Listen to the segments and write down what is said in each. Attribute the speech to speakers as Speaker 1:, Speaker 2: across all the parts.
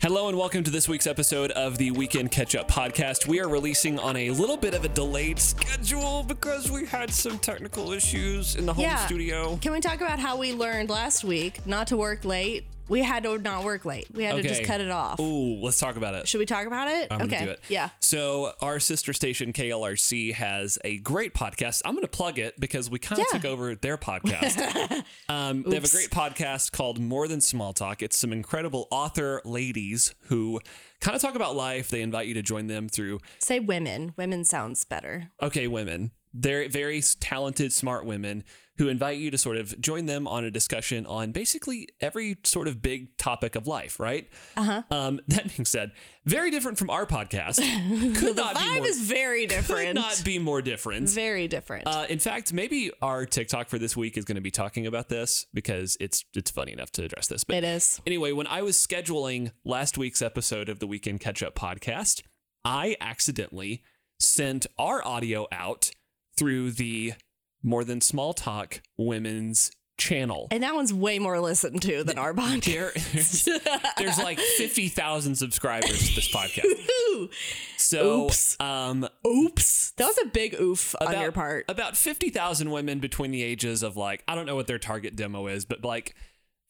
Speaker 1: Hello and welcome to this week's episode of the Weekend Catch Up Podcast. We are releasing on a little bit of a delayed schedule because we had some technical issues in the home
Speaker 2: Yeah.
Speaker 1: studio.
Speaker 2: Can we talk about how we learned last week not to work late? We had to not work late. We had to just
Speaker 1: Okay.
Speaker 2: cut it off.
Speaker 1: Ooh, let's talk about it.
Speaker 2: Should we talk about it?
Speaker 1: I'm
Speaker 2: okay.
Speaker 1: gonna do it.
Speaker 2: Yeah.
Speaker 1: So our sister station KLRC has a great podcast. I'm gonna plug it because we kind of
Speaker 2: Yeah.
Speaker 1: took over their podcast. um, they have a great podcast called More Than Small Talk. It's some incredible author ladies who kind of talk about life. They invite you to join them through
Speaker 2: Say women. Women sounds better.
Speaker 1: okay women. They're very s- talented, smart women who invite you to sort of join them on a discussion on basically every sort of big topic of life, right? Uh-huh. Um, that being said, very different from our podcast. Could
Speaker 2: The
Speaker 1: not be
Speaker 2: vibe
Speaker 1: more
Speaker 2: is very
Speaker 1: could
Speaker 2: different.
Speaker 1: not be more different.
Speaker 2: very different.
Speaker 1: Uh, in fact, maybe our TikTok for this week is going to be talking about this because it's it's funny enough to address this. But
Speaker 2: it is.
Speaker 1: anyway, when I was scheduling last week's episode of the Weekend Catch Up podcast, I accidentally sent our audio out through the More Than Small Talk Women's channel.
Speaker 2: And that one's way more listened to than our podcast.
Speaker 1: There, there's like fifty thousand subscribers to this podcast.
Speaker 2: Ooh.
Speaker 1: So,
Speaker 2: Oops.
Speaker 1: um,
Speaker 2: Oops. That was a big oof on your part.
Speaker 1: About 50,000 women between the ages of like, I don't know what their target demo is, but like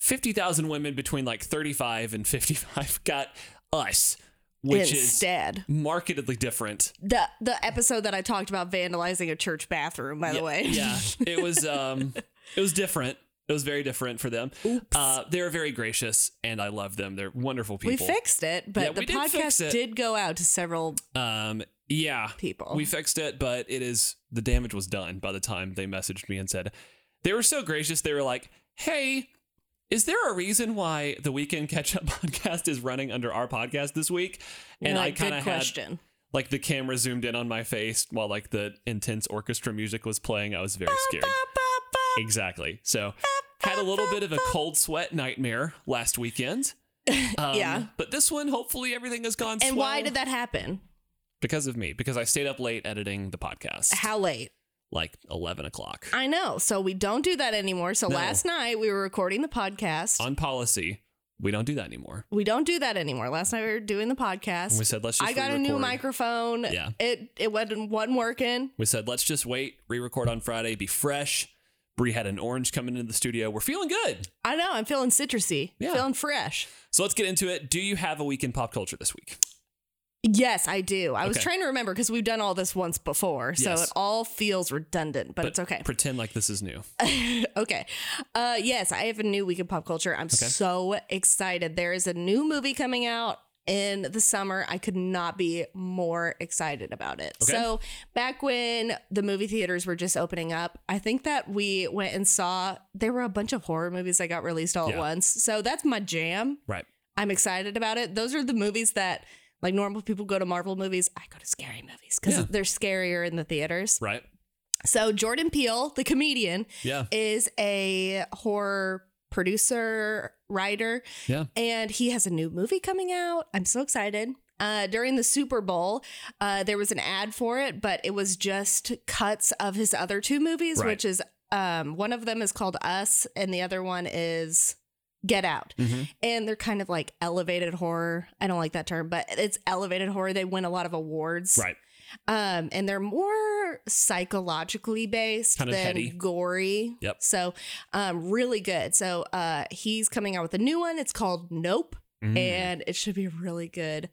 Speaker 1: 50,000 women between like 35 and 55 got us, which
Speaker 2: Instead,
Speaker 1: is markedly different.
Speaker 2: the the episode that I talked about vandalizing a church bathroom, by the way,
Speaker 1: Yeah. It was, um, it was different. It was very different for them.
Speaker 2: Oops.
Speaker 1: Uh, they're very gracious and I love them. They're wonderful
Speaker 2: we
Speaker 1: people.
Speaker 2: fixed it, but
Speaker 1: Yeah,
Speaker 2: the
Speaker 1: we did fix
Speaker 2: podcast
Speaker 1: it.
Speaker 2: did go out to several
Speaker 1: um, yeah.
Speaker 2: people.
Speaker 1: We fixed it, but it is the damage was done by the time they messaged me and said they were so gracious. They were like, "Hey, is there a reason why the weekend catch up podcast is running under our podcast this week?"
Speaker 2: You're
Speaker 1: And
Speaker 2: like,
Speaker 1: I kind
Speaker 2: good
Speaker 1: of had
Speaker 2: question.
Speaker 1: like the camera zoomed in on my face while like the intense orchestra music was playing. I was very scared. Exactly. So had a little bit of a cold sweat nightmare last weekend. Um,
Speaker 2: Yeah.
Speaker 1: but this one, hopefully, everything has gone.
Speaker 2: And why
Speaker 1: swell.
Speaker 2: did that happen?
Speaker 1: Because of me. Because I stayed up late editing the podcast
Speaker 2: How late?
Speaker 1: like 11 o'clock
Speaker 2: I know. So we don't do that anymore. So
Speaker 1: No.
Speaker 2: last night we were recording the podcast.
Speaker 1: on policy we don't do that anymore
Speaker 2: we don't do that anymore. Last night we were doing the podcast.
Speaker 1: we said let's just
Speaker 2: I got a new
Speaker 1: re-record.
Speaker 2: microphone.
Speaker 1: Yeah.
Speaker 2: It it wasn't wasn't working.
Speaker 1: we said let's just wait re-record on friday be fresh brie had an orange coming into the studio we're feeling good
Speaker 2: I know. I'm feeling citrusy.
Speaker 1: Yeah.
Speaker 2: Feeling fresh.
Speaker 1: so let's get into it do you have a week in pop culture this week
Speaker 2: Yes, I do. I was
Speaker 1: Okay.
Speaker 2: trying to remember because we've done all this once before, so
Speaker 1: Yes.
Speaker 2: it all feels redundant, but, it's okay.
Speaker 1: pretend like this is new
Speaker 2: okay. Uh yes, I have a new week of pop culture. I'm so excited. There is a new movie coming out in the summer. I could not be more excited about it.
Speaker 1: Okay.
Speaker 2: So, back when the movie theaters were just opening up, I think that we went and saw there were a bunch of horror movies that got released all
Speaker 1: Yeah.
Speaker 2: at once. So, that's my jam.
Speaker 1: right
Speaker 2: I'm excited about it. Those are the movies that like normal people go to Marvel movies. I go to scary movies because
Speaker 1: Yeah.
Speaker 2: they're scarier in the theaters.
Speaker 1: right
Speaker 2: So Jordan Peele, the comedian,
Speaker 1: yeah
Speaker 2: is a horror producer, writer.
Speaker 1: Yeah.
Speaker 2: And he has a new movie coming out. I'm so excited. Uh, during the Super Bowl, uh, there was an ad for it, but it was just cuts of his other two movies,
Speaker 1: Right.
Speaker 2: which is um, one of them is called Us, and the other one is Get Out.
Speaker 1: Mhm.
Speaker 2: And they're kind of like elevated horror. I don't like that term, but it's elevated horror. They win a lot of awards
Speaker 1: right
Speaker 2: um and they're more psychologically based
Speaker 1: Kind of
Speaker 2: than
Speaker 1: heady.
Speaker 2: gory
Speaker 1: Yep.
Speaker 2: so um really good so uh he's coming out with a new one it's called nope
Speaker 1: Mm.
Speaker 2: and it should be really good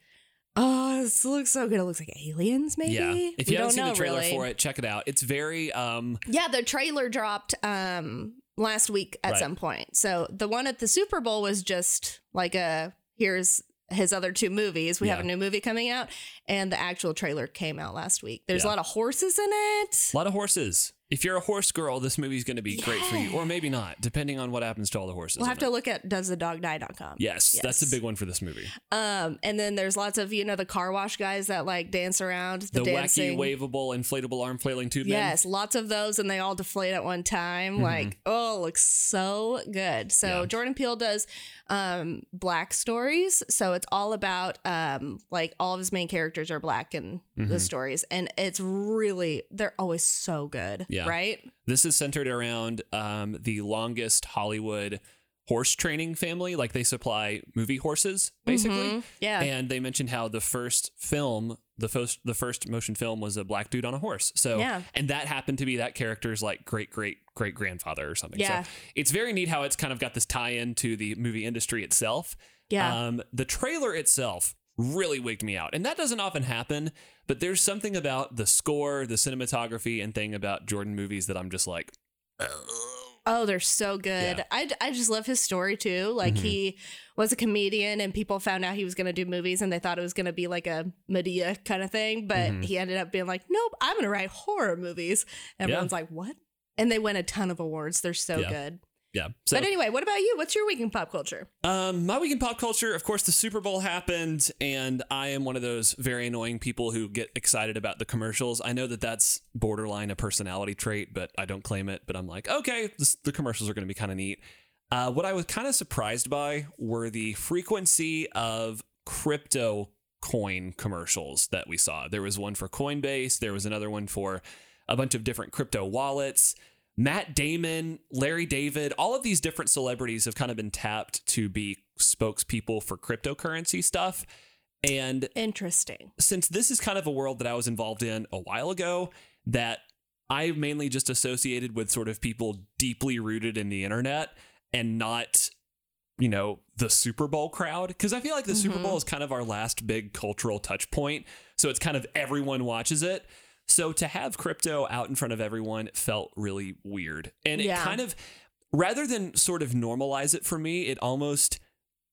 Speaker 2: oh this looks so good it looks like aliens maybe
Speaker 1: yeah if
Speaker 2: We
Speaker 1: you haven't
Speaker 2: don't
Speaker 1: seen the
Speaker 2: know,
Speaker 1: trailer
Speaker 2: really.
Speaker 1: for it check it out it's very um
Speaker 2: yeah the trailer dropped um last week at
Speaker 1: Right.
Speaker 2: some point so the one at the super bowl was just like a here's his other two movies we have
Speaker 1: Yeah.
Speaker 2: a new movie coming out and the actual trailer came out last week there's
Speaker 1: Yeah.
Speaker 2: a lot of horses in it
Speaker 1: a lot of horses if you're a horse girl this movie's going to be great for you
Speaker 2: Yeah.
Speaker 1: or maybe not depending on what happens to all the horses
Speaker 2: We'll
Speaker 1: in
Speaker 2: have
Speaker 1: it.
Speaker 2: to look at doesthedogdie.com.
Speaker 1: yes, that's a
Speaker 2: Yes.
Speaker 1: big one for this movie
Speaker 2: Um, and then there's lots of, you know, the car wash guys that like dance around the,
Speaker 1: the
Speaker 2: dancing.
Speaker 1: wacky, waveable, inflatable arm flailing tube men.
Speaker 2: yes, lots of those, and they all deflate at one time. Like, oh, it looks so good. So
Speaker 1: Mm-hmm. Yeah.
Speaker 2: Jordan Peele does um black stories. So it's all about um like all of his main characters are black in the
Speaker 1: Mhm.
Speaker 2: stories. And it's really they're always so good.
Speaker 1: Yeah.
Speaker 2: Right?
Speaker 1: This is centered around um, the longest Hollywood horse training family. Like they supply movie horses, basically.
Speaker 2: Mhm. Yeah.
Speaker 1: And they mentioned how the first film, the first the first motion film was a black dude on a horse. So
Speaker 2: Yeah.
Speaker 1: and that happened to be that character's like great great great grandfather or something.
Speaker 2: Yeah.
Speaker 1: So it's very neat how it's kind of got this tie in to the movie industry itself.
Speaker 2: yeah.
Speaker 1: Um, the trailer itself really wigged me out. And that doesn't often happen, but there's something about the score, the cinematography, and thing about Jordan movies that I'm just like,
Speaker 2: Oh, they're so good.
Speaker 1: Yeah.
Speaker 2: I, I just love his story too. Like
Speaker 1: Mhm.
Speaker 2: he was a comedian and people found out he was going to do movies and they thought it was going to be like a Medea kind of thing, but
Speaker 1: Mhm.
Speaker 2: he ended up being like, "Nope, I'm going to write horror movies." And
Speaker 1: Yeah.
Speaker 2: everyone's like, "What?" And they win a ton of awards. They're so
Speaker 1: Yeah.
Speaker 2: good.
Speaker 1: yeah. So,
Speaker 2: but anyway, what about you? What's your week in pop culture?
Speaker 1: um, my week in pop culture, of course, the Super Bowl happened, and I am one of those very annoying people who get excited about the commercials. I know that that's borderline a personality trait, but I don't claim it. But I'm like, okay, this, the commercials are going to be kind of neat. Uh, what I was kind of surprised by were the frequency of crypto coin commercials that we saw. There was one for Coinbase, there was another one for a bunch of different crypto wallets. Matt Damon, Larry David, all of these different celebrities have kind of been tapped to be spokespeople for cryptocurrency stuff. And
Speaker 2: Interesting.
Speaker 1: since this is kind of a world that I was involved in a while ago, that I mainly just associated with sort of people deeply rooted in the internet and not, you know, the Super Bowl crowd. Because I feel like the Super
Speaker 2: Mhm.
Speaker 1: Bowl is kind of our last big cultural touch point. So it's kind of everyone watches it. So to have crypto out in front of everyone felt really weird. And
Speaker 2: Yeah.
Speaker 1: it kind of, rather than sort of normalize it for me, it almost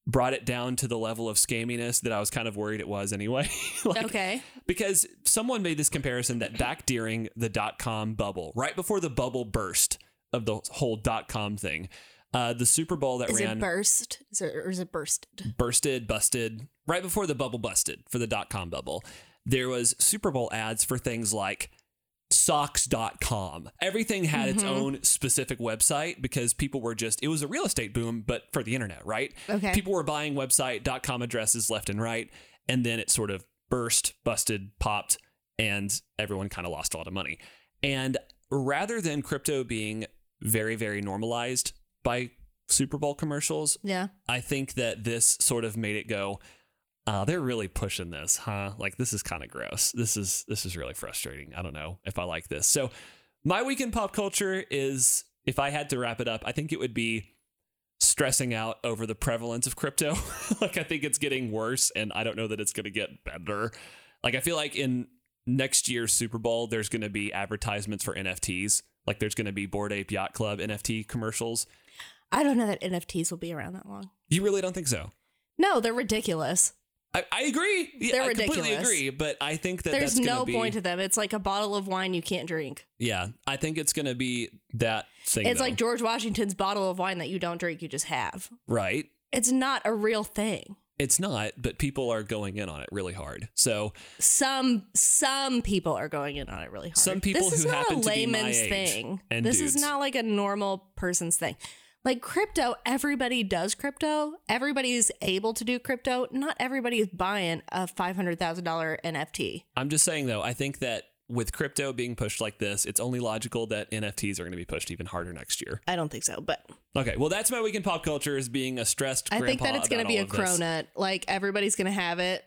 Speaker 1: brought it down to the level of scaminess that I was kind of worried it was anyway. like,
Speaker 2: okay.
Speaker 1: because someone made this comparison that back during the dot com bubble, right before the bubble burst of the whole dot com thing, uh, the Super Bowl that
Speaker 2: Is
Speaker 1: ran
Speaker 2: it burst? Is it, or is it bursted?
Speaker 1: bursted, busted, right before the bubble busted for the dot com bubble, there was Super Bowl ads for things like socks.com. Everything had its
Speaker 2: Mhm.
Speaker 1: own specific website because people were just it was a real estate boom but for the internet, right?
Speaker 2: Okay.
Speaker 1: People were buying website.com addresses left and right, and then it sort of burst, busted, popped, and everyone kind of lost a lot of money. And rather than crypto being very, very normalized by Super Bowl commercials,
Speaker 2: yeah.
Speaker 1: I think that this sort of made it go. Uh, they're really pushing this, huh? Like this is kind of gross. This is this is really frustrating. I don't know if I like this. So, my week in pop culture is if I had to wrap it up, I think it would be stressing out over the prevalence of crypto. like I think it's getting worse, and I don't know that it's going to get better. Like I feel like in next year's Super Bowl, there's going to be advertisements for NFTs. Like there's going to be Board Ape Yacht Club NFT commercials.
Speaker 2: I don't know that NFTs will be around that long.
Speaker 1: You really don't think so?
Speaker 2: No, they're ridiculous.
Speaker 1: I, I agree. Yeah,
Speaker 2: They're
Speaker 1: I
Speaker 2: ridiculous.
Speaker 1: completely agree, but I think that
Speaker 2: There's
Speaker 1: that's gonna
Speaker 2: no
Speaker 1: be,
Speaker 2: point to them. It's like a bottle of wine you can't drink.
Speaker 1: Yeah, I think it's going to be that thing.
Speaker 2: It's
Speaker 1: though.
Speaker 2: like George Washington's bottle of wine that you don't drink, you just have.
Speaker 1: right.
Speaker 2: It's not a real thing.
Speaker 1: It's not, but people are going in on it really hard. So
Speaker 2: Some some people are going in on it really hard.
Speaker 1: Some people
Speaker 2: this is
Speaker 1: who
Speaker 2: not
Speaker 1: happen
Speaker 2: a
Speaker 1: to be my
Speaker 2: layman's
Speaker 1: age
Speaker 2: thing.
Speaker 1: and
Speaker 2: this is
Speaker 1: dudes.
Speaker 2: not like a normal person's thing. Like crypto, everybody does crypto. Everybody is able to do crypto. Not everybody is buying a five hundred thousand dollar NFT.
Speaker 1: I'm just saying though, I think that with crypto being pushed like this, it's only logical that NFTs are going to be pushed even harder next year.
Speaker 2: I don't think so, but
Speaker 1: Okay, well that's my week in pop culture is being a stressed.
Speaker 2: I think that
Speaker 1: grandpa
Speaker 2: it's going to
Speaker 1: about
Speaker 2: be
Speaker 1: all
Speaker 2: a
Speaker 1: of this.
Speaker 2: cronut. Like everybody's going to have it.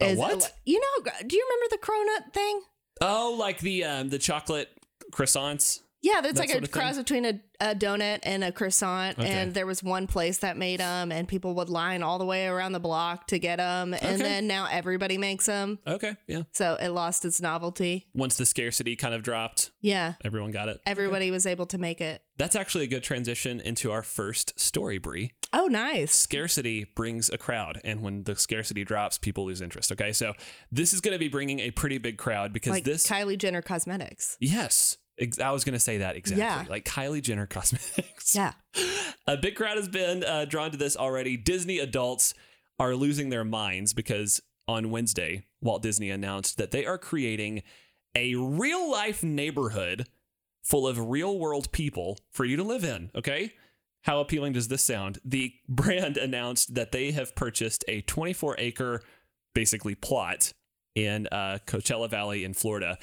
Speaker 1: A
Speaker 2: Is-
Speaker 1: what?
Speaker 2: You know? Do you remember the cronut thing?
Speaker 1: Oh, like the um the chocolate croissants.
Speaker 2: Yeah, that's
Speaker 1: That
Speaker 2: like
Speaker 1: sort
Speaker 2: a
Speaker 1: of thing?
Speaker 2: cross between a, a donut and a croissant.
Speaker 1: Okay.
Speaker 2: And there was one place that made them, and people would line all the way around the block to get them.
Speaker 1: Okay.
Speaker 2: And then now everybody makes them,
Speaker 1: Okay, yeah.
Speaker 2: so it lost its novelty.
Speaker 1: Once the scarcity kind of dropped,
Speaker 2: Yeah,
Speaker 1: everyone got it.
Speaker 2: everybody was able to make it.
Speaker 1: That's actually a good transition into our first story, Bree.
Speaker 2: Oh, nice.
Speaker 1: scarcity brings a crowd and when the scarcity drops people lose interest okay so this is going to be bringing a pretty big crowd because
Speaker 2: Like
Speaker 1: this
Speaker 2: Kylie Jenner cosmetics.
Speaker 1: yes ex- i was going to say that exactly
Speaker 2: Yeah.
Speaker 1: like kylie jenner cosmetics
Speaker 2: Yeah,
Speaker 1: a big crowd has been uh, drawn to this already disney adults are losing their minds because on wednesday walt disney announced that they are creating a real life neighborhood full of real world people for you to live in. Okay. How appealing does this sound? The brand announced that they have purchased a 24 acre, basically, plot in uh, Coachella Valley in Florida.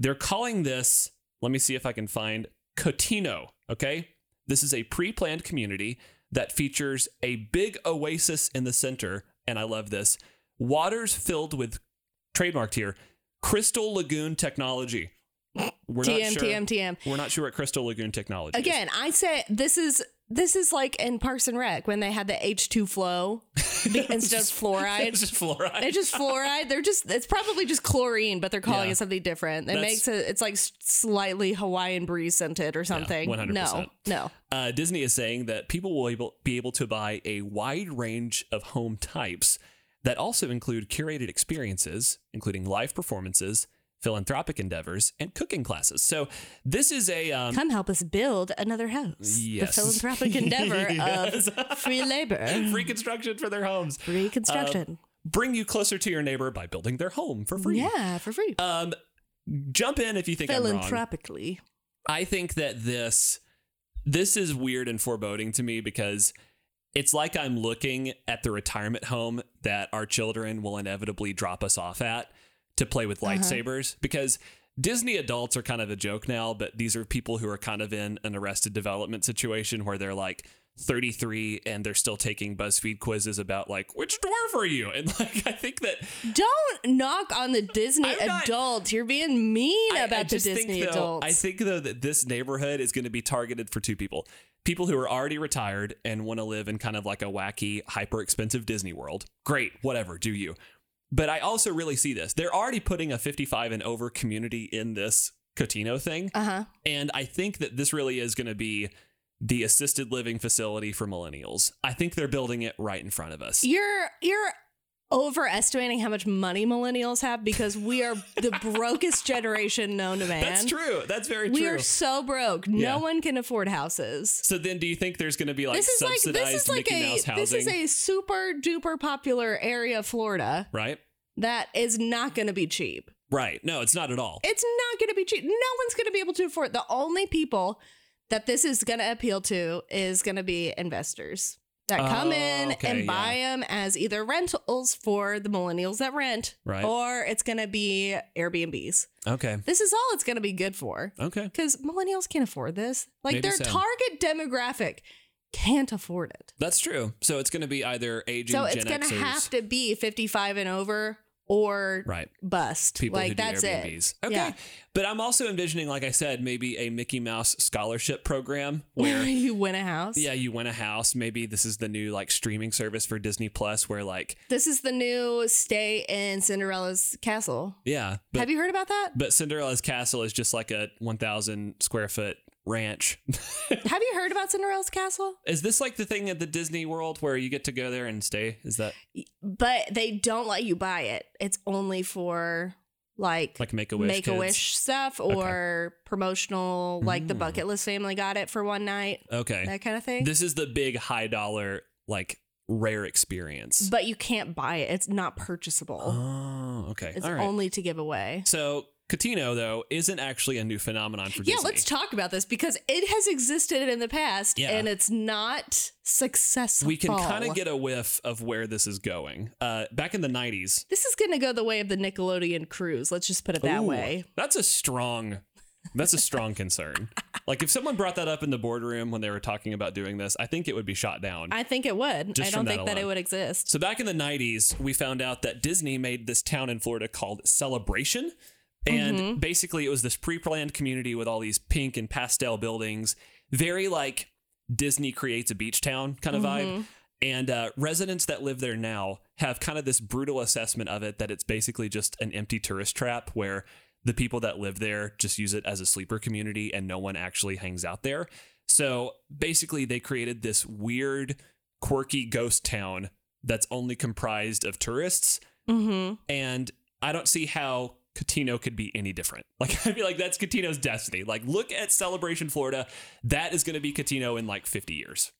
Speaker 1: They're calling this, let me see if I can find Cotino. Okay. This is a pre planned community that features a big oasis in the center. And I love this waters filled with, trademarked here, Crystal Lagoon technology. We're
Speaker 2: TM,
Speaker 1: not sure.
Speaker 2: TM, TM.
Speaker 1: We're not sure what Crystal Lagoon technology is.
Speaker 2: Again, I say this is this is like in Parks and Rec when they had the H two flow be- instead of
Speaker 1: It's
Speaker 2: fluoride.
Speaker 1: just fluoride.
Speaker 2: They're just fluoride. They're just it's probably just chlorine, but they're calling
Speaker 1: Yeah.
Speaker 2: it something different. It
Speaker 1: That's-
Speaker 2: makes it it's like s- slightly Hawaiian breeze scented or something.
Speaker 1: 100%.
Speaker 2: no, no.
Speaker 1: Uh, Disney is saying that people will able, be able to buy a wide range of home types that also include curated experiences, including live performances, philanthropic endeavors, and cooking classes. So this is a um,
Speaker 2: Come help us build another house.
Speaker 1: Yes.
Speaker 2: The philanthropic endeavor
Speaker 1: Yes.
Speaker 2: of free labor,
Speaker 1: free construction for their homes.
Speaker 2: free construction.
Speaker 1: Bring you closer to your neighbor by building their home for free.
Speaker 2: yeah, for free.
Speaker 1: Um, jump in if you think I'm wrong.
Speaker 2: Philanthropically.
Speaker 1: I think that this this is weird and foreboding to me because it's like I'm looking at the retirement home that our children will inevitably drop us off at to play with
Speaker 2: Uh-huh.
Speaker 1: lightsabers because Disney adults are kind of a joke now, but these are people who are kind of in an arrested development situation where they're like 33 and they're still taking BuzzFeed quizzes about like which dwarf are you? And like I think that
Speaker 2: Don't knock on the Disney
Speaker 1: I'm not-
Speaker 2: adult. You're being mean about the
Speaker 1: just think,
Speaker 2: Disney
Speaker 1: though-
Speaker 2: adults.
Speaker 1: I think though that this neighborhood is going to be targeted for two people: people who are already retired and want to live in kind of like a wacky, hyper expensive Disney world. Great, whatever, do you? But I also really see this. They're already putting a 55 and over community in this Cotino thing,
Speaker 2: uh huh.
Speaker 1: and I think that this really is going to be the assisted living facility for millennials. I think they're building it right in front of us.
Speaker 2: You're you're overestimating how much money millennials have because we are the brokest generation known to man.
Speaker 1: That's true. That's very
Speaker 2: We
Speaker 1: true.
Speaker 2: are so broke.
Speaker 1: Yeah.
Speaker 2: No one can afford houses.
Speaker 1: so then, do you think there's going to be like
Speaker 2: this is like
Speaker 1: subsidized
Speaker 2: this is like
Speaker 1: Mickey
Speaker 2: a
Speaker 1: Mouse housing?
Speaker 2: this is a super duper popular area of Florida
Speaker 1: right.
Speaker 2: that is not going to be cheap.
Speaker 1: Right. No, it's not at all.
Speaker 2: It's not going to be cheap. No one's going to be able to afford. The only people that this is going to appeal to is going to be investors that come
Speaker 1: Oh,
Speaker 2: in
Speaker 1: okay,
Speaker 2: and
Speaker 1: yeah.
Speaker 2: buy them as either rentals for the millennials that rent,
Speaker 1: Right.
Speaker 2: or it's going to be Airbnbs.
Speaker 1: Okay.
Speaker 2: This is all it's going to be good for
Speaker 1: Okay.
Speaker 2: because millennials can't afford this. Like
Speaker 1: Maybe
Speaker 2: their
Speaker 1: so.
Speaker 2: target demographic can't afford it.
Speaker 1: That's true. So it's going to be either aging
Speaker 2: so
Speaker 1: Gen
Speaker 2: it's going to
Speaker 1: Xers.
Speaker 2: have to be 55 and over or
Speaker 1: right.
Speaker 2: bust.
Speaker 1: People
Speaker 2: like
Speaker 1: who do
Speaker 2: that's it.
Speaker 1: Airbnbs. Okay.
Speaker 2: Yeah.
Speaker 1: But I'm also envisioning, like I said, maybe a Mickey Mouse scholarship program
Speaker 2: Where
Speaker 1: where,
Speaker 2: you win a house.
Speaker 1: yeah, you win a house. Maybe this is the new like streaming service for Disney Plus where, like,
Speaker 2: This is the new stay in Cinderella's castle.
Speaker 1: yeah. But,
Speaker 2: Have you heard about that?
Speaker 1: but Cinderella's castle is just like a 1,000 square foot ranch.
Speaker 2: Have you heard about Cinderella's castle?
Speaker 1: is this like the thing at the Disney World where you get to go there and stay? Is that
Speaker 2: But they don't let you buy it. It's only for like,
Speaker 1: like Make a Wish?
Speaker 2: make a wish stuff or promotional, like the
Speaker 1: Mm.
Speaker 2: bucket list family got it for one night,
Speaker 1: Okay.
Speaker 2: that kind of thing.
Speaker 1: This is the big high dollar, like rare experience.
Speaker 2: but you can't buy it. It's not purchasable.
Speaker 1: oh, okay.
Speaker 2: it's
Speaker 1: All right.
Speaker 2: only to give away.
Speaker 1: so Catino though isn't actually a new phenomenon for
Speaker 2: Yeah,
Speaker 1: Disney.
Speaker 2: let's talk about this because it has existed in the past
Speaker 1: Yeah.
Speaker 2: and it's not successful.
Speaker 1: we can kind of get a whiff of where this is going. Uh, back in the '90s,
Speaker 2: This is going to go the way of the Nickelodeon cruise. Let's just put it that
Speaker 1: Ooh,
Speaker 2: way.
Speaker 1: That's a strong. That's a strong concern. Like if someone brought that up in the boardroom when they were talking about doing this, I think it would be shot down.
Speaker 2: I think it would.
Speaker 1: Just
Speaker 2: I don't
Speaker 1: from that
Speaker 2: think that, it
Speaker 1: alone.
Speaker 2: would exist.
Speaker 1: So back in the 90s, we found out that Disney made this town in Florida called Celebration. And
Speaker 2: Mhm.
Speaker 1: basically it was this pre-planned community with all these pink and pastel buildings, very like Disney creates a beach town kind of vibe.
Speaker 2: Mhm.
Speaker 1: And uh, residents that live there now have kind of this brutal assessment of it that it's basically just an empty tourist trap where the people that live there just use it as a sleeper community and no one actually hangs out there. So basically, they created this weird, quirky ghost town that's only comprised of tourists.
Speaker 2: Mhm.
Speaker 1: And I don't see how Catino could be any different. Like, I feel like that's Catino's destiny. Like, look at Celebration Florida. That is going to be Catino in like 50 years.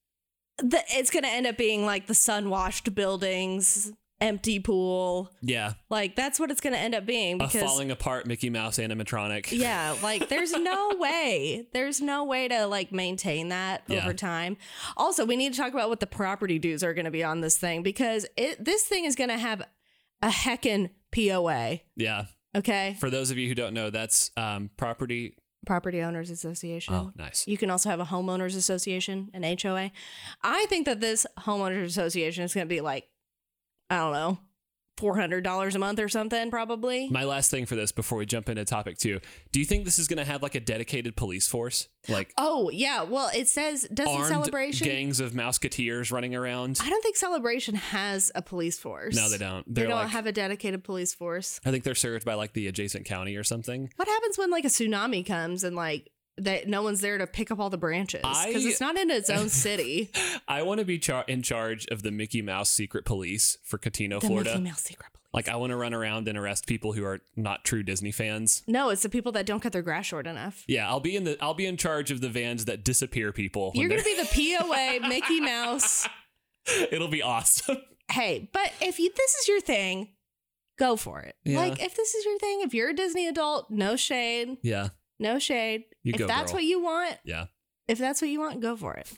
Speaker 2: The, it's going to end up being like the sun-washed buildings, empty pool.
Speaker 1: Yeah.
Speaker 2: Like that's what it's going to end up being
Speaker 1: a
Speaker 2: because
Speaker 1: falling apart Mickey Mouse animatronic.
Speaker 2: yeah, like there's no way. There's no way to like maintain that
Speaker 1: Yeah.
Speaker 2: over time. Also, we need to talk about what the property dues are going to be on this thing because it this thing is going to have a heckin' POA,
Speaker 1: Yeah.
Speaker 2: okay?
Speaker 1: For those of you who don't know, that's um, property
Speaker 2: Property Owners Association.
Speaker 1: Oh, nice.
Speaker 2: You can also have a homeowners association, an HOA. I think that this homeowners association is going to be like, I don't know, four hundred dollars a month or something, probably.
Speaker 1: My last thing for this before we jump into topic two: Do you think this is going to have like a dedicated police force, like
Speaker 2: oh yeah, well it says doesn't
Speaker 1: armed
Speaker 2: celebration.
Speaker 1: gangs of mouseketeers running around?
Speaker 2: I don't think celebration has a police force.
Speaker 1: No, they don't.
Speaker 2: They
Speaker 1: They're
Speaker 2: don't
Speaker 1: like,
Speaker 2: have a dedicated police force.
Speaker 1: I think they're served by like the adjacent county or something.
Speaker 2: What happens when like a tsunami comes and like that no one's there to pick up all the branches because
Speaker 1: I-
Speaker 2: it's not in its own city.
Speaker 1: I want to be char- in charge of the Mickey Mouse secret police for Catino,
Speaker 2: the
Speaker 1: Florida.
Speaker 2: Mickey Mouse secret police.
Speaker 1: Like, I want to run around and arrest people who are not true Disney fans.
Speaker 2: no, it's the people that don't cut their grass short enough.
Speaker 1: Yeah, I'll be in the I'll be in charge of the vans that disappear people. when
Speaker 2: You're gonna
Speaker 1: they're-
Speaker 2: be the POA Mickey Mouse.
Speaker 1: it'll be awesome.
Speaker 2: hey, but if you, this is your thing, go for it.
Speaker 1: Yeah.
Speaker 2: Like, if this is your thing, if you're a Disney adult, no shade,
Speaker 1: yeah,
Speaker 2: no shade.
Speaker 1: You
Speaker 2: if
Speaker 1: go,
Speaker 2: that's
Speaker 1: girl.
Speaker 2: what you want,
Speaker 1: yeah.
Speaker 2: if that's what you want, go for it.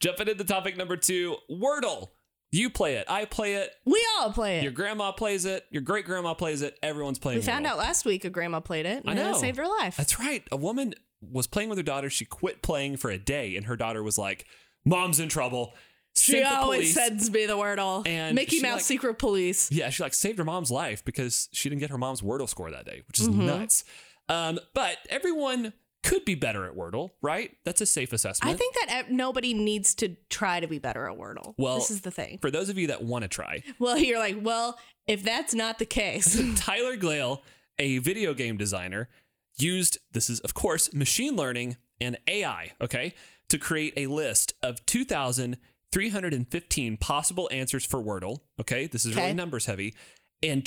Speaker 1: Jumping into topic number two, Wordle. You play it. I play it.
Speaker 2: We all play
Speaker 1: Your
Speaker 2: it.
Speaker 1: grandma plays it. Your great grandma plays it. Everyone's playing.
Speaker 2: We found
Speaker 1: Wordle.
Speaker 2: out last week a grandma played it and
Speaker 1: I
Speaker 2: it
Speaker 1: know.
Speaker 2: saved her life.
Speaker 1: That's right. A woman was playing with her daughter. She quit playing for a day, and her daughter was like, "Mom's in trouble."
Speaker 2: she
Speaker 1: Sent the
Speaker 2: always
Speaker 1: police.
Speaker 2: sends me the word all.
Speaker 1: And
Speaker 2: Mickey
Speaker 1: she,
Speaker 2: Mouse
Speaker 1: like-
Speaker 2: Secret Police.
Speaker 1: Yeah, she like saved her mom's life because she didn't get her mom's Wordle score that day, which is
Speaker 2: Mhm.
Speaker 1: nuts. Um, but everyone could be better at Wordle, right? That's a safe assessment.
Speaker 2: I think that uh, nobody needs to try to be better at Wordle.
Speaker 1: Well-
Speaker 2: this is the thing.
Speaker 1: for those of you that want to try,
Speaker 2: Well, you're like, well, if that's not the case,
Speaker 1: Tyler Glale, a video game designer, used this is of course machine learning and AI, okay, to create a list of 2,315 possible answers for Wordle, okay? This is
Speaker 2: Okay.
Speaker 1: really numbers heavy, and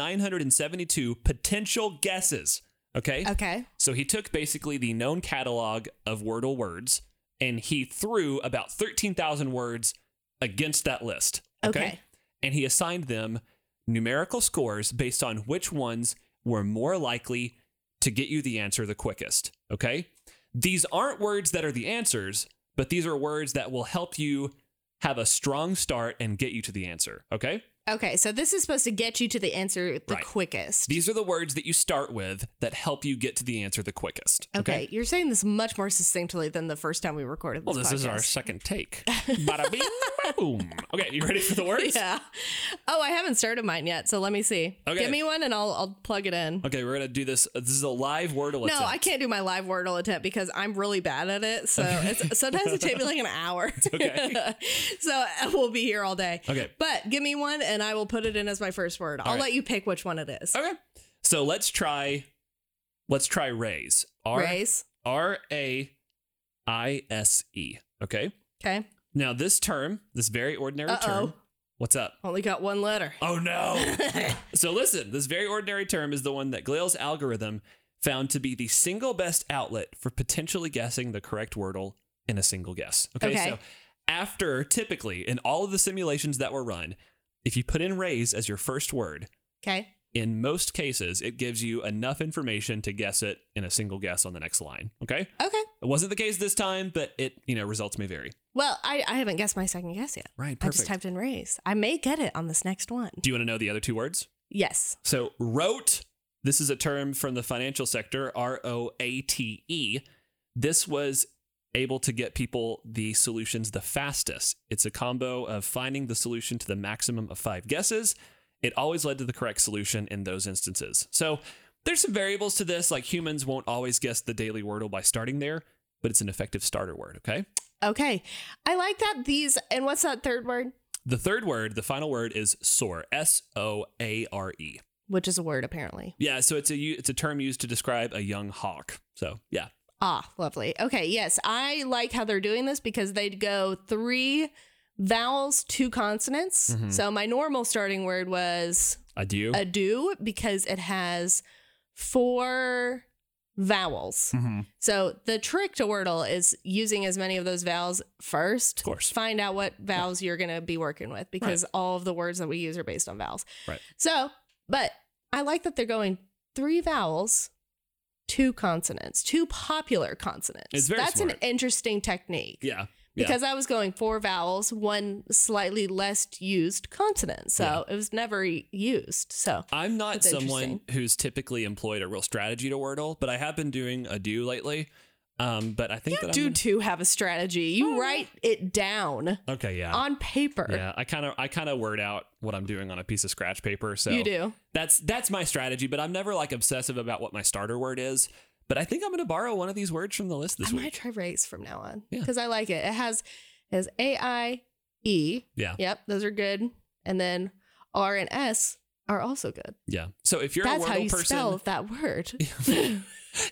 Speaker 1: 12,972 potential guesses, okay?
Speaker 2: okay,
Speaker 1: So he took basically the known catalog of Wordle words and he threw about 13,000 words against that list.
Speaker 2: Okay.
Speaker 1: And he assigned them numerical scores based on which ones were more likely to get you the answer the quickest. Okay. These aren't words that are the answers, but these are words that will help you have a strong start and get you to the answer. Okay.
Speaker 2: okay. So this is supposed to get you to the answer the
Speaker 1: Right.
Speaker 2: quickest.
Speaker 1: These are the words that you start with that help you get to the answer the quickest.
Speaker 2: Okay. you're saying this much more succinctly than the first time we recorded this.
Speaker 1: Well, this is our
Speaker 2: podcast.
Speaker 1: second take. Bada bing, bada boom. Okay, you ready for the words?
Speaker 2: Yeah. Oh, I haven't started mine yet, so let me see.
Speaker 1: Okay.
Speaker 2: Give me one and I'll I'll plug it in.
Speaker 1: Okay, we're gonna do this. This is a live Wordle
Speaker 2: No, I
Speaker 1: attempt.
Speaker 2: can't do my live Wordle attempt because I'm really bad at it. So it's, sometimes it takes me like an hour.
Speaker 1: okay.
Speaker 2: so uh, we'll be here all day.
Speaker 1: Okay.
Speaker 2: But give me one and I will put it in as my first word. I'll
Speaker 1: right.
Speaker 2: let you pick which one it is.
Speaker 1: Okay. So let's try. Let's try raise. R
Speaker 2: Raise.
Speaker 1: R A I S E. Okay.
Speaker 2: Okay.
Speaker 1: Now this term, this very ordinary
Speaker 2: Uh-oh.
Speaker 1: term. What's up?
Speaker 2: Only got one letter.
Speaker 1: Oh no. so listen, this very ordinary term is the one that Glale's algorithm found to be the single best outlet for potentially guessing the correct wordle in a single guess. Okay,
Speaker 2: Okay.
Speaker 1: so after typically in all of the simulations that were run, if you put in raise as your first word,
Speaker 2: Okay.
Speaker 1: in most cases it gives you enough information to guess it in a single guess on the next line. Okay?
Speaker 2: Okay.
Speaker 1: It wasn't the case this time, but it, you know, results may vary.
Speaker 2: Well, I, I haven't guessed my second guess yet.
Speaker 1: Right,
Speaker 2: I just
Speaker 1: perfect.
Speaker 2: typed in raise. I may get it on this next one.
Speaker 1: Do you want to know the other two words?
Speaker 2: Yes.
Speaker 1: So, rote, this is a term from the financial sector, R O A T E. This was able to get people the solutions the fastest. It's a combo of finding the solution to the maximum of five guesses. It always led to the correct solution in those instances. So, there's some variables to this, like humans won't always guess the daily wordle by starting there, but it's an effective starter word, okay?
Speaker 2: Okay. I like that these and what's that third word?
Speaker 1: The third word, the final word is soar, S O A R E.
Speaker 2: Which is a word apparently.
Speaker 1: Yeah, so it's a u- it's a term used to describe a young hawk. So yeah,
Speaker 2: Ah, lovely. Okay, yes. I like how they're doing this because they'd go three vowels, two consonants.
Speaker 1: Mhm.
Speaker 2: So my normal starting word was
Speaker 1: adieu.
Speaker 2: ado because it has four vowels.
Speaker 1: mm-hmm.
Speaker 2: So the trick to Wordle is using as many of those vowels first.
Speaker 1: Of course.
Speaker 2: Find out what vowels you're going to be working with because all of the words that we use are based on vowels.
Speaker 1: Right.
Speaker 2: So, but I like that they're going three vowels, two consonants, two popular consonants.
Speaker 1: It's very
Speaker 2: That's an
Speaker 1: smart.
Speaker 2: interesting technique
Speaker 1: Yeah, Yeah.
Speaker 2: because I was going four vowels, one slightly less used consonant. So it was never e- used. So
Speaker 1: I'm not
Speaker 2: That's
Speaker 1: someone
Speaker 2: interesting.
Speaker 1: who's typically employed a real strategy to Wordle, but I have been doing a do lately. Um, but I think
Speaker 2: you
Speaker 1: that
Speaker 2: do
Speaker 1: I'm
Speaker 2: too have a strategy. You write it down
Speaker 1: gonna, okay, yeah,
Speaker 2: on paper.
Speaker 1: yeah. I kind of I kind of word out what I'm doing on a piece of scratch paper. So
Speaker 2: You do.
Speaker 1: that's that's my strategy. But I'm never like obsessive about what my starter word is. But I think I'm gonna borrow one of these words from the list this
Speaker 2: I
Speaker 1: week.
Speaker 2: might try race from now on
Speaker 1: Yeah.
Speaker 2: because I like it. It has it has A I E.
Speaker 1: Yeah.
Speaker 2: Yep, those are good. And then R and S are also good.
Speaker 1: Yeah. So if you're
Speaker 2: That's
Speaker 1: a Wordle
Speaker 2: how you
Speaker 1: person,
Speaker 2: spell that word.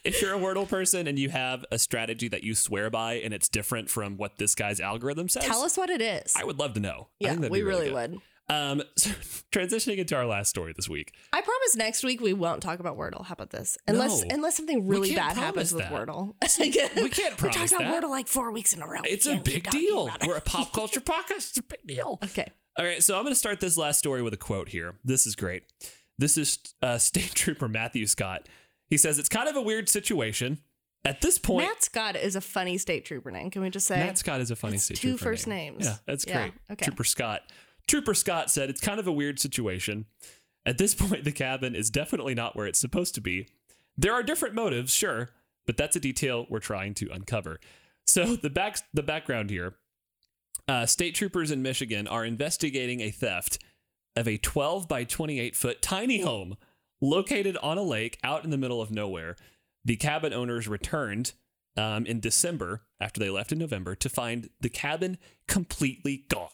Speaker 1: if you're a Wordle person and you have a strategy that you swear by and it's different from what this guy's algorithm says,
Speaker 2: Tell us what it is.
Speaker 1: I would love to know. I
Speaker 2: yeah,
Speaker 1: think that'd
Speaker 2: we
Speaker 1: be really,
Speaker 2: really
Speaker 1: good.
Speaker 2: would.
Speaker 1: Um, so transitioning into our last story this week.
Speaker 2: I promise next week we won't talk about Wordle. How about this? Unless
Speaker 1: No.
Speaker 2: unless something really
Speaker 1: can't
Speaker 2: bad happens with
Speaker 1: promise that.
Speaker 2: Wordle.
Speaker 1: We can't
Speaker 2: we
Speaker 1: promise
Speaker 2: talked about
Speaker 1: that.
Speaker 2: Wordle like four weeks in a row. We
Speaker 1: It's a
Speaker 2: can't keep
Speaker 1: big
Speaker 2: talking
Speaker 1: deal.
Speaker 2: about it.
Speaker 1: We're a pop culture podcast. It's a big deal.
Speaker 2: Okay.
Speaker 1: All right, so I'm going to start this last story with a quote here. This is great. This is uh, State Trooper Matthew Scott. He says it's kind of a weird situation at this point.
Speaker 2: Matt Scott is a funny state trooper name. Can we just say
Speaker 1: Matt Scott is a funny
Speaker 2: That's
Speaker 1: state
Speaker 2: two
Speaker 1: trooper
Speaker 2: first
Speaker 1: name.
Speaker 2: names.
Speaker 1: Yeah, that's
Speaker 2: Yeah,
Speaker 1: great.
Speaker 2: okay.
Speaker 1: Trooper Scott. Trooper Scott said it's kind of a weird situation. At this point, the cabin is definitely not where it's supposed to be. There are different motives, sure, but that's a detail we're trying to uncover. So the back the background here. Uh, state troopers in Michigan are investigating a theft of a 12 by 28 foot tiny home located on a lake out in the middle of nowhere. The cabin owners returned um, in December after they left in November to find the cabin completely gone.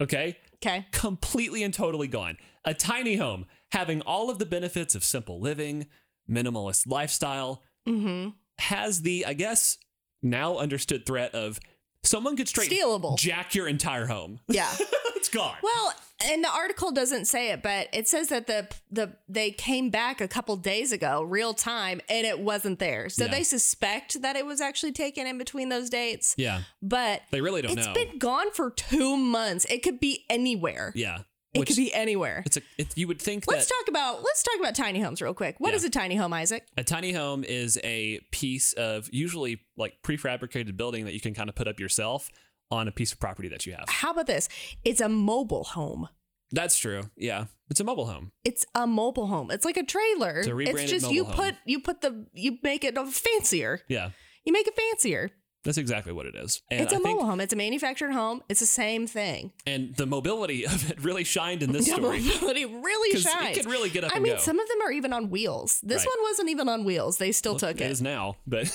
Speaker 1: Okay?
Speaker 2: Okay.
Speaker 1: Completely and totally gone. A tiny home having all of the benefits of simple living, minimalist lifestyle,
Speaker 2: Mm-hmm.
Speaker 1: has the, I guess, now understood threat of someone could straight
Speaker 2: Stealable.
Speaker 1: jack your entire home.
Speaker 2: Yeah.
Speaker 1: it's gone.
Speaker 2: Well, and the article doesn't say it, but it says that the the they came back a couple days ago, real time, and it wasn't there. So
Speaker 1: Yeah.
Speaker 2: they suspect that it was actually taken in between those dates,
Speaker 1: yeah.
Speaker 2: but
Speaker 1: They really don't
Speaker 2: it's
Speaker 1: know.
Speaker 2: been gone for two months. It could be anywhere.
Speaker 1: yeah.
Speaker 2: It
Speaker 1: Which
Speaker 2: could be anywhere.
Speaker 1: it's a it, you would think
Speaker 2: Let's
Speaker 1: that
Speaker 2: talk about let's talk about tiny homes real quick. What
Speaker 1: Yeah.
Speaker 2: is a tiny home, Isaac?
Speaker 1: a tiny home is a piece of usually like prefabricated building that you can kind of put up yourself on a piece of property that you have.
Speaker 2: How about this? It's a mobile home.
Speaker 1: That's true. Yeah. It's a mobile home.
Speaker 2: It's a mobile home. It's like a trailer.
Speaker 1: It's a rebranded
Speaker 2: just you
Speaker 1: mobile home.
Speaker 2: put you put the you make it fancier.
Speaker 1: Yeah.
Speaker 2: You make it fancier.
Speaker 1: That's exactly what it is. And
Speaker 2: it's a
Speaker 1: I think
Speaker 2: mobile home. It's a manufactured home. It's the same thing.
Speaker 1: and the mobility of it really shined in this
Speaker 2: Yeah,
Speaker 1: story.
Speaker 2: mobility really
Speaker 1: 'Cause
Speaker 2: shines.
Speaker 1: it could really get up
Speaker 2: I
Speaker 1: and
Speaker 2: mean,
Speaker 1: go.
Speaker 2: some of them are even on wheels. This
Speaker 1: Right.
Speaker 2: one wasn't even on wheels. They still took
Speaker 1: it is
Speaker 2: it.
Speaker 1: now, but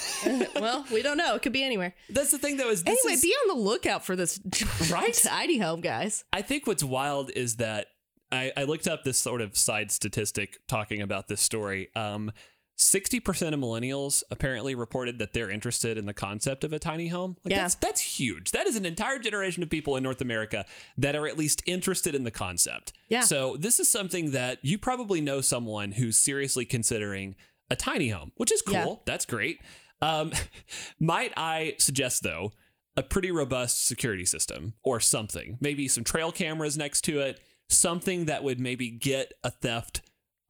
Speaker 2: well, we don't know. It could be anywhere.
Speaker 1: that's the thing though is this
Speaker 2: anyway,
Speaker 1: is,
Speaker 2: be on the lookout for this
Speaker 1: Right?
Speaker 2: tiny home, guys.
Speaker 1: I think what's wild is that I, I looked up this sort of side statistic talking about this story. Um, 60% of millennials apparently reported that they're interested in the concept of a tiny home. Like
Speaker 2: Yeah.
Speaker 1: that's, that's huge. That is an entire generation of people in North America that are at least interested in the concept.
Speaker 2: Yeah.
Speaker 1: So this is something that you probably know someone who's seriously considering a tiny home, which is cool.
Speaker 2: Yeah.
Speaker 1: That's great. Um, might I suggest, though, a pretty robust security system or something, maybe some trail cameras next to it, something that would maybe get a theft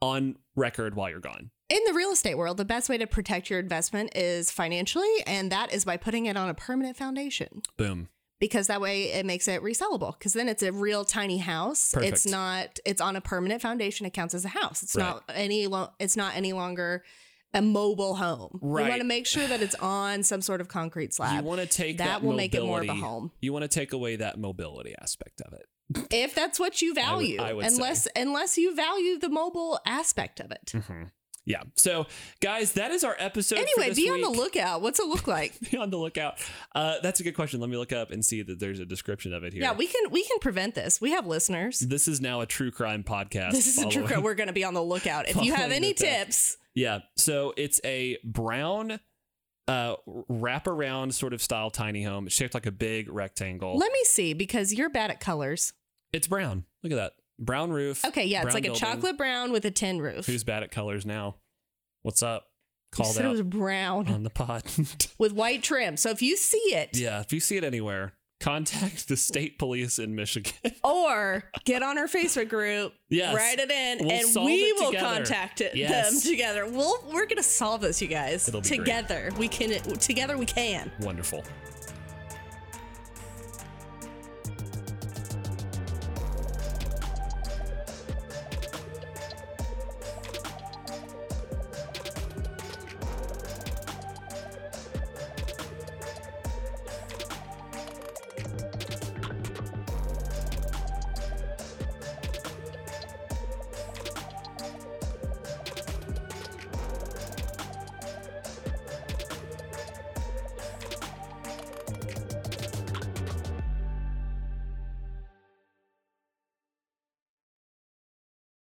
Speaker 1: on record while you're gone.
Speaker 2: In the real estate world, the best way to protect your investment is financially, and that is by putting it on a permanent foundation
Speaker 1: Boom.
Speaker 2: because that way it makes it resellable because then it's a real tiny house.
Speaker 1: Perfect.
Speaker 2: It's not it's on a permanent foundation. It counts as a house. It's
Speaker 1: Right.
Speaker 2: not any lo- it's not any longer a mobile home.
Speaker 1: Right.
Speaker 2: We want to make sure that it's on some sort of concrete
Speaker 1: You
Speaker 2: slab.
Speaker 1: want to take that,
Speaker 2: that will make it more of a
Speaker 1: mobility-
Speaker 2: home.
Speaker 1: You want to take away that mobility aspect of it.
Speaker 2: if that's what
Speaker 1: I
Speaker 2: you
Speaker 1: would-
Speaker 2: value.
Speaker 1: I would say.
Speaker 2: unless unless you value the mobile aspect of it.
Speaker 1: Mm-hmm. Yeah. So, guys, that is our episode. for
Speaker 2: Anyway,
Speaker 1: this
Speaker 2: be on the
Speaker 1: week.
Speaker 2: lookout. What's it look like?
Speaker 1: Be on the lookout. Uh, that's a good question. Let me look up and see that there's a description of it here.
Speaker 2: yeah, we can we can prevent this. We have listeners.
Speaker 1: this is now a true crime podcast.
Speaker 2: This is a true
Speaker 1: following-
Speaker 2: crime. We're going to be on the lookout. If you have
Speaker 1: Following
Speaker 2: any
Speaker 1: the theft.
Speaker 2: tips,
Speaker 1: Yeah. So it's a brown uh wraparound sort of style tiny home. It's shaped like a big rectangle.
Speaker 2: let me see because you're bad at colors.
Speaker 1: it's brown. Look at that. Brown roof.
Speaker 2: Okay, yeah,
Speaker 1: Brown
Speaker 2: it's like
Speaker 1: building.
Speaker 2: a chocolate brown with a tin roof.
Speaker 1: Who's bad at colors now? What's up?
Speaker 2: You
Speaker 1: Called
Speaker 2: said it
Speaker 1: out
Speaker 2: was brown
Speaker 1: on the pod.
Speaker 2: with white trim. So if you see it
Speaker 1: yeah, if you see it anywhere, contact the state police in Michigan.
Speaker 2: or get on our Facebook group,
Speaker 1: Yes.
Speaker 2: write it in,
Speaker 1: We'll solve
Speaker 2: and we
Speaker 1: it
Speaker 2: will
Speaker 1: together.
Speaker 2: contact it,
Speaker 1: Yes.
Speaker 2: them together. We'll, we're going to solve this, you guys.
Speaker 1: It'll be great.
Speaker 2: together. We can together we can.
Speaker 1: Wonderful.